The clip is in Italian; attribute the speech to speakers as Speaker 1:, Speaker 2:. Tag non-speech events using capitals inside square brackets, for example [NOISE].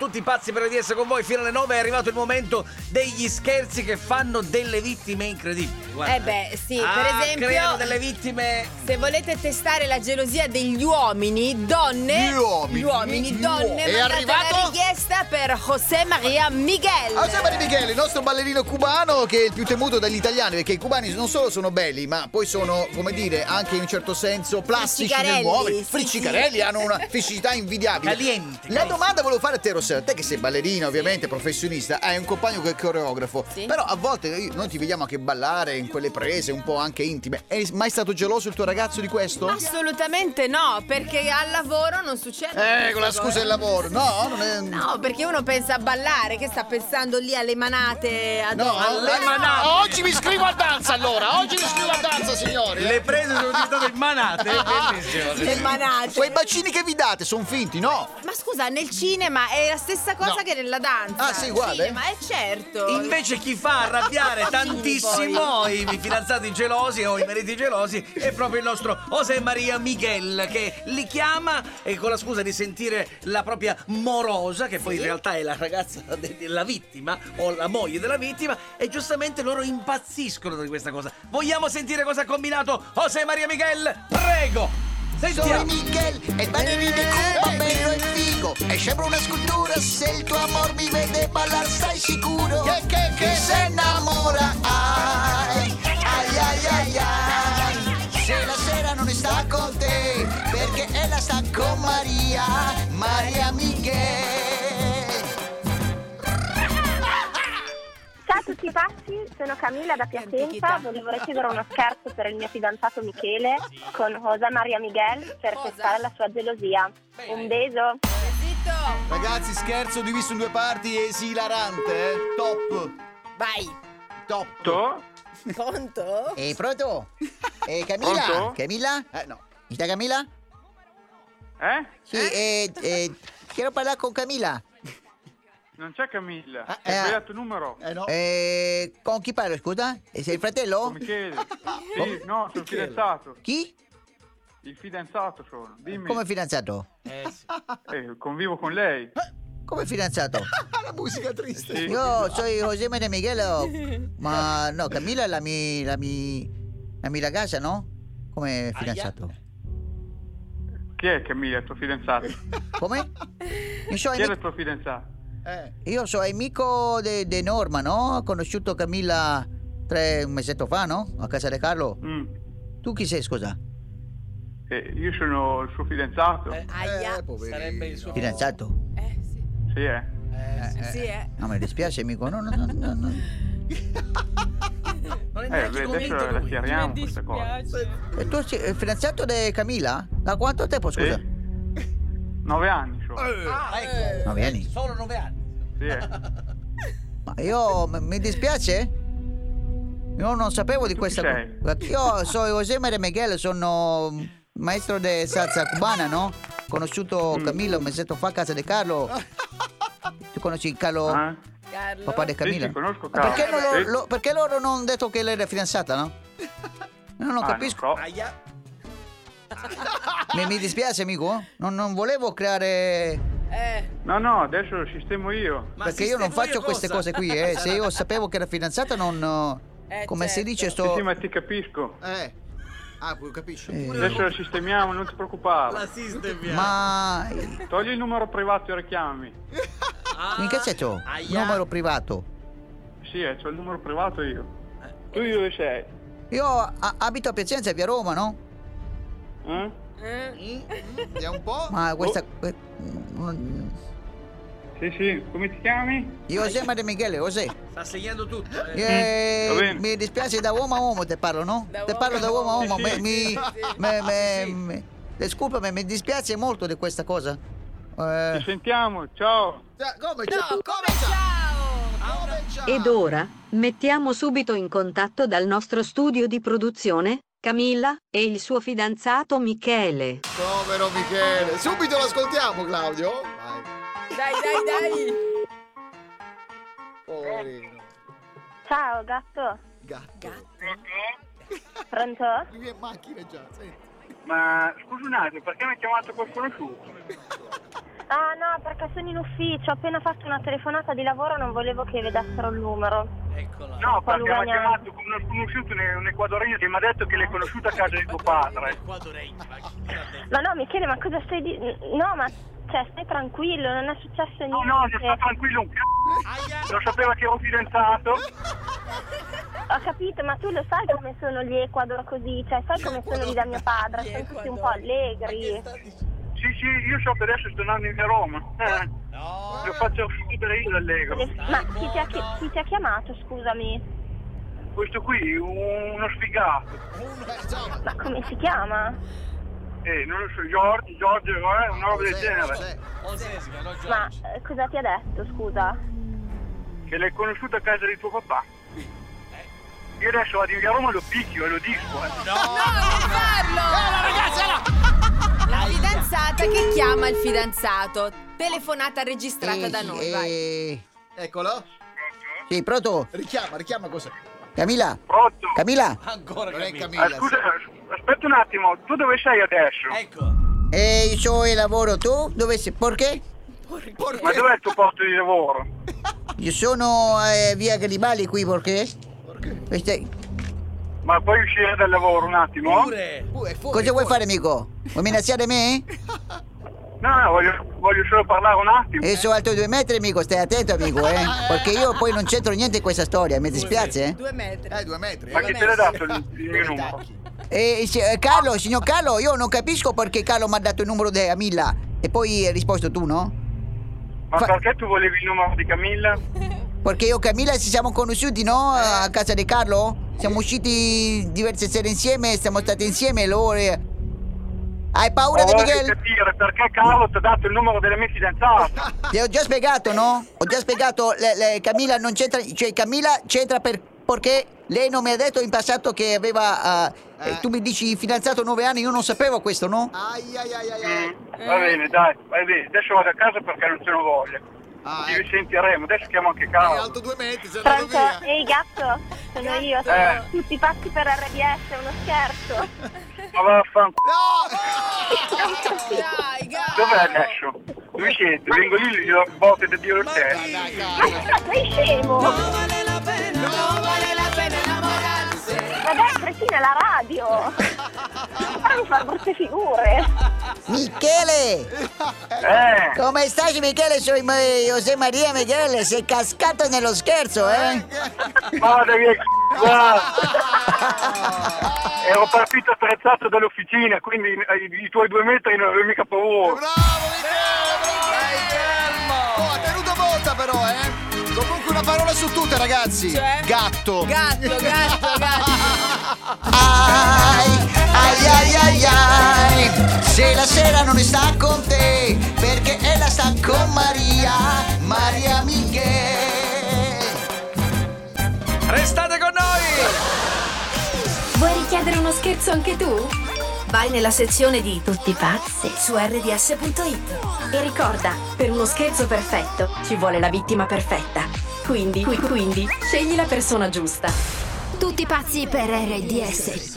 Speaker 1: tutti pazzi per di essere con voi fino alle 9 è arrivato il momento degli scherzi che fanno delle vittime incredibili. Guarda,
Speaker 2: Eh beh, sì,
Speaker 1: ah,
Speaker 2: per esempio-
Speaker 1: creano delle vittime
Speaker 2: Se volete testare la gelosia degli uomini, donne,
Speaker 3: Gli uomini.
Speaker 2: gli uomini, donne,
Speaker 3: È
Speaker 2: mandate
Speaker 3: arrivato- Ah,
Speaker 2: una richiesta per José Maria Miguel.
Speaker 3: José Maria Michele, il nostro ballerino cubano che è il più temuto dagli italiani perché i cubani non solo sono belli ma poi sono, come dire, anche in un certo senso plastici nel
Speaker 2: Friccicarelli,
Speaker 3: muovere.
Speaker 2: sì,
Speaker 3: Friccicarelli
Speaker 2: sì.
Speaker 3: hanno una fisicità invidiabile.
Speaker 1: Caliente,
Speaker 3: La
Speaker 1: caliente.
Speaker 3: domanda volevo fare a te Rossella, te che sei ballerina ovviamente, professionista, hai un compagno che è coreografo,
Speaker 2: Sì.
Speaker 3: però a volte eh, noi ti vediamo anche ballare in quelle prese un po' anche intime. È mai stato geloso il tuo ragazzo di questo?
Speaker 2: Assolutamente no, perché al lavoro non succede.
Speaker 3: Eh, con la
Speaker 2: questa
Speaker 3: scusa del
Speaker 2: cosa.
Speaker 3: lavoro. No, non è...
Speaker 2: No, perché uno pensa a ballare, che sta pensando lì alle manate a
Speaker 3: No,
Speaker 2: alle-
Speaker 3: eh, ma no. oggi mi iscrivo a danza allora, oggi mi iscrivo a danza signori.
Speaker 1: le prese sono diventate [LAUGHS] manate, bellissimo.
Speaker 2: le manate.
Speaker 3: Quei bacini che vi date sono finti, no?
Speaker 2: Ma scusa, nel cinema è la stessa cosa
Speaker 3: No.
Speaker 2: che nella danza.
Speaker 3: Ah, sì, uguale?
Speaker 2: Cinema, è certo.
Speaker 1: Invece chi fa arrabbiare
Speaker 3: [LAUGHS]
Speaker 1: tantissimo i i fidanzati gelosi o i mariti gelosi è proprio il nostro José Maria Miguel che li chiama e con la scusa di sentire la propria morosa che poi in realtà è la ragazza de- della vittima o la moglie della vittima e giustamente loro impazziscono di questa cosa. Vogliamo sentire cosa ha combinato José Maria Miguel? Prego!
Speaker 3: Sono
Speaker 1: Sentiamo!
Speaker 3: Michel e il ballerino di Cuba, bello e figo. E sembra una scultura, se il tuo amor mi vede ballare stai sicuro. Che, che, che se innamora, ai, ai, ai, ai, ai. Se la sera non sta con te, perché ella sta con Maria, Maria Michel.
Speaker 4: Ciao a tutti pazzi, sono Camilla da
Speaker 2: Antichità.
Speaker 4: Piacenza, volevo ricevere uno scherzo per il mio fidanzato Michele con Rosa Maria Miguel per
Speaker 2: Cosa?
Speaker 4: testare la sua gelosia. Un beso.
Speaker 2: Zitto,
Speaker 3: Ragazzi, scherzo diviso in due parti esilarante, eh? Top,
Speaker 2: vai.
Speaker 3: top.
Speaker 2: Conto?
Speaker 3: E
Speaker 5: [LAUGHS]
Speaker 3: Eh, pronto? E Camilla?
Speaker 6: Pronto?
Speaker 3: Camilla? Eh no. Mi sta Camilla?
Speaker 6: Eh?
Speaker 3: Sì, eh, eh, quiero parlare con Camilla.
Speaker 6: Non c'è Camilla.
Speaker 3: Ah,
Speaker 6: Hai
Speaker 3: eh,
Speaker 6: sbagliato numero.
Speaker 3: Eh, con chi parlo, scusa? Eh, Sei il fratello?
Speaker 6: Michele.
Speaker 3: Oh,
Speaker 6: Sì, no, sono fidanzato.
Speaker 3: Chi?
Speaker 6: Il fidanzato sono. Dimmi.
Speaker 3: Come fidanzato?
Speaker 6: Eh, convivo con lei.
Speaker 3: Eh, Come fidanzato?
Speaker 5: Ah,
Speaker 6: Sì.
Speaker 3: Io sono José Maria Miguelo. Ma no, Camilla è la mia, la mi- la mia ragazza, no? Come fidanzato?
Speaker 6: Chi è Camilla, il tuo fidanzato?
Speaker 3: Eh, Come? Io sono
Speaker 6: Chi era
Speaker 3: amico,
Speaker 6: il tuo fidanzato?
Speaker 3: io sono amico de, de Norma, no? Ho conosciuto Camilla tre un mesetto fa, no? A casa di Carlo.
Speaker 6: Mm.
Speaker 3: Tu chi sei, scusa?
Speaker 6: Eh, io sono il suo fidanzato.
Speaker 3: Eh.
Speaker 5: Eh,
Speaker 2: Aia.
Speaker 1: Sarebbe il suo
Speaker 3: Fidanzato?
Speaker 2: Eh, sì.
Speaker 6: Sì, eh.
Speaker 2: Sì, eh.
Speaker 3: No, mi dispiace, amico. No, no, no, no, no.
Speaker 1: Non è
Speaker 6: Eh,
Speaker 1: neanche
Speaker 6: beh, adesso
Speaker 1: convinto
Speaker 6: la
Speaker 1: lui.
Speaker 6: chiariamo questa cosa.
Speaker 3: E tu sei il fidanzato di Camilla? Da quanto tempo, scusa?
Speaker 6: Sì. Nove anni sono.
Speaker 3: Eh.
Speaker 1: Ah, ecco.
Speaker 3: Ma vieni.
Speaker 1: Solo 9 anni.
Speaker 6: Sì, eh.
Speaker 3: Ma io m- mi dispiace? Io non sapevo di
Speaker 6: Tu
Speaker 3: questa
Speaker 6: chi
Speaker 3: cosa.
Speaker 6: sei?
Speaker 3: Io sono José Maria Miguel, sono maestro di salsa cubana, no? Conosciuto
Speaker 6: Mm.
Speaker 3: Camilla un mesetto fa a casa di Carlo. Tu conosci Carlo,
Speaker 6: Ah.
Speaker 2: Carlo.
Speaker 3: papà di Oh, Camilla?
Speaker 6: sì, conosco
Speaker 3: Ma perché,
Speaker 6: Carlo. Eh.
Speaker 3: non
Speaker 6: Sì.
Speaker 3: lo- lo- perché loro non hanno detto che lei era fidanzata, no? Io non
Speaker 6: Ah,
Speaker 3: capisco.
Speaker 6: non so.
Speaker 1: Aia.
Speaker 3: Mi, mi dispiace, amico. Non, non volevo creare.
Speaker 2: Eh.
Speaker 6: No, no, adesso lo sistemo io.
Speaker 1: Ma
Speaker 3: perché io non
Speaker 1: sistema
Speaker 3: faccio
Speaker 1: cosa?
Speaker 3: queste cose qui, eh. Se io sapevo che era fidanzata, non.
Speaker 2: Eh,
Speaker 3: come si
Speaker 2: certo.
Speaker 3: dice,
Speaker 6: Sì,
Speaker 3: sto.
Speaker 6: sì, ma ti capisco.
Speaker 5: Eh. Ah, poi capisci?
Speaker 3: Eh,
Speaker 6: Adesso lo sistemiamo, non ti
Speaker 1: La
Speaker 6: preoccupare.
Speaker 1: sistemiamo.
Speaker 3: ma.
Speaker 6: Togli il numero privato e richiami.
Speaker 1: Ah,
Speaker 3: In che senso?
Speaker 1: aia.
Speaker 3: Numero privato.
Speaker 6: Sì, eh, c'ho il numero privato io. Tu dove sei?
Speaker 3: Io a- abito a Piacenza, via Roma, no?
Speaker 6: Eh?
Speaker 2: Eh.
Speaker 5: Vediamo un po'.
Speaker 6: Oh.
Speaker 3: Ma questa. eh,
Speaker 6: Sì, sì, come ti chiami?
Speaker 3: José Maria Michele, José.
Speaker 1: Sta segnando tutto. eh.
Speaker 3: Eh,
Speaker 6: Mm. va bene.
Speaker 3: mi dispiace da uomo a uomo te parlo, no?
Speaker 2: Da
Speaker 3: te
Speaker 2: uomo
Speaker 3: parlo da
Speaker 2: a
Speaker 3: uomo a
Speaker 6: uomo.
Speaker 3: uomo.
Speaker 6: Sì, sì.
Speaker 3: Mi, mi, me- me- me- eh, scusami, mi dispiace molto di questa cosa.
Speaker 6: Ci
Speaker 3: Eh,
Speaker 6: sentiamo, ciao.
Speaker 5: Cioè, come
Speaker 2: No,
Speaker 5: c'è?
Speaker 2: come ciao?
Speaker 7: Ed ora, mettiamo subito in contatto dal nostro studio di produzione, Camilla e il suo fidanzato Michele.
Speaker 5: Povero Michele. Subito lo ascoltiamo, Claudio. Vai.
Speaker 2: Dai, dai, dai.
Speaker 5: Poverino.
Speaker 4: Ciao gatto,
Speaker 5: Gatto.
Speaker 4: pronto?
Speaker 5: Lui è in macchina già, senti.
Speaker 6: Ma scusa un attimo, perché mi hai chiamato col conosciuto?
Speaker 4: Ah no, perché sono in ufficio, ho appena fatto una telefonata di lavoro, non volevo che vedessero il numero.
Speaker 1: Eccola.
Speaker 6: No,
Speaker 4: Quando
Speaker 6: perché mi ha
Speaker 4: guadagna-
Speaker 6: chiamato con uno sconosciuto un un equadoregno che mi ha detto che l'hai conosciuta a casa di tuo padre.
Speaker 4: Ma no, Michele, ma cosa stai di... No, ma cioè, stai tranquillo, non è successo niente.
Speaker 6: No, no, si sta tranquillo un c***o. Non sapeva che ero fidanzato.
Speaker 4: Ho capito, ma tu lo sai come sono gli Ecuador così, cioè sai come sono lì da mio padre, sono tutti un po' allegri.
Speaker 6: Sì, sì, io so che adesso sto andando in Roma. Eh, Lo faccio chiudere io dall'Egro.
Speaker 4: Ma chi ti, ha, chi- chi ti ha chiamato, scusami?
Speaker 6: Questo qui, un- uno sfigato.
Speaker 4: Ma come si chiama?
Speaker 6: Eh, non lo so, Giorgio, Giorgio, eh, una roba del genere.
Speaker 4: Ma eh, cosa ti ha detto, scusa?
Speaker 6: Che l'hai conosciuta a casa di tuo papà. Io adesso vado in via Roma e lo picchio e lo dico. Eh.
Speaker 2: non farlo! La fidanzata che chiama il fidanzato. Telefonata registrata da noi, vai.
Speaker 3: Eh,
Speaker 5: Eccolo.
Speaker 3: Sì, pronto?
Speaker 5: Richiama, richiama cos'è?
Speaker 3: Camilla?
Speaker 6: Pronto?
Speaker 3: Camilla?
Speaker 1: Ancora
Speaker 5: Non è
Speaker 1: Camilla.
Speaker 6: Ah,
Speaker 5: Camilla.
Speaker 6: scusa, aspetta un attimo, tu dove sei adesso?
Speaker 1: Ecco.
Speaker 3: Ehi, io il lavoro, tu? Dove sei? Perché? Eh,
Speaker 6: Ma dov'è il tuo posto di lavoro?
Speaker 3: Io sono eh, via Garibaldi qui, perché?
Speaker 5: Perché?
Speaker 3: Questa-
Speaker 6: Ma puoi uscire dal lavoro un attimo?
Speaker 1: Pure.
Speaker 5: Uh, è fuori,
Speaker 3: Cosa vuoi
Speaker 5: fuori.
Speaker 3: fare, amico? Vuoi minacciare me?
Speaker 6: No, no, voglio, voglio solo parlare un attimo.
Speaker 3: Io Eh, sono alto due metri, amico, stai attento, amico, eh? Perché io poi non c'entro niente in questa storia, mi dispiace, eh?
Speaker 2: Due metri.
Speaker 5: Eh, due metri.
Speaker 6: Ma
Speaker 5: eh.
Speaker 6: chi te l'ha dato il, il mio
Speaker 5: Due
Speaker 6: numero?
Speaker 5: tacchi.
Speaker 3: Eh, se- eh, Carlo, signor Carlo, io non capisco perché Carlo mi ha dato il numero di Camilla e poi hai risposto tu, no?
Speaker 6: Ma
Speaker 3: Fa-
Speaker 6: perché tu volevi il numero di Camilla?
Speaker 3: Perché io e Camilla ci siamo conosciuti, no? A casa di Carlo? Siamo usciti diverse sere insieme, siamo stati insieme, loro... eh. Hai paura di
Speaker 6: Voglio
Speaker 3: Miguel?
Speaker 6: capire perché Carlo ti ha dato il numero della mia
Speaker 3: [LAUGHS]
Speaker 6: fidanzata.
Speaker 3: Ti ho già spiegato, no? Ho già spiegato, le- le- Camilla non c'entra... Cioè, Camilla c'entra per- perché lei non mi ha detto in passato che aveva... eh,
Speaker 5: Eh.
Speaker 3: Tu mi dici fidanzato nove anni, io non sapevo questo, no?
Speaker 5: Ai ai ai ai ai.
Speaker 6: Mm, Va bene, dai, va bene. Adesso vado a casa perché non ce ne voglia.
Speaker 5: Ah,
Speaker 6: Ci
Speaker 5: eh.
Speaker 6: risentiremo, adesso chiamo anche
Speaker 5: È
Speaker 6: Carlo.
Speaker 5: alto due metri, sei andato
Speaker 4: Pronto?
Speaker 2: eh.
Speaker 5: via.
Speaker 4: Ehi gatto, sono io, sono
Speaker 6: Eh.
Speaker 4: tutti pazzi per RDS, è uno scherzo.
Speaker 6: Ma vaffanculo.
Speaker 5: No!
Speaker 2: Dai, gatto.
Speaker 6: Dov'è adesso? Dove siete? Vengo lì, gli do botte da Dio
Speaker 1: Ma
Speaker 6: te.
Speaker 1: chi?
Speaker 5: Dai,
Speaker 4: Ma
Speaker 5: cavolo.
Speaker 4: scusa, sei scemo! Ma
Speaker 1: Non vale la pena.
Speaker 2: Non vale la pena innamorarsi.
Speaker 4: dai, cretina la radio! Fammi fare brutte figure!
Speaker 3: Michele!
Speaker 6: Eh,
Speaker 3: Come stai Michele? Sono José Maria Michele, sei cascato nello scherzo, eh?
Speaker 6: ma vada via,
Speaker 5: [LAUGHS]
Speaker 6: c***o, va. Ero partito attrezzato dall'officina, quindi i, i tuoi due metri non avevo mica paura.
Speaker 5: Bravo Michele, bravo! Oh, ha tenuto botta però, eh! Comunque una parola su tutte, ragazzi!
Speaker 2: Cioè?
Speaker 5: Gatto!
Speaker 2: Gatto, gatto, gatto.
Speaker 3: Ai, ai ai ai ai, se la sera non sta con te, perché ella sta con Maria, Maria Michele.
Speaker 1: Restate con noi.
Speaker 8: Vuoi richiedere uno scherzo anche tu? Vai nella sezione di Tutti pazzi su rds.it e ricorda, per uno scherzo perfetto ci vuole la vittima perfetta. Quindi, qui- quindi, scegli la persona giusta.
Speaker 9: Tutti pazzi per RDS.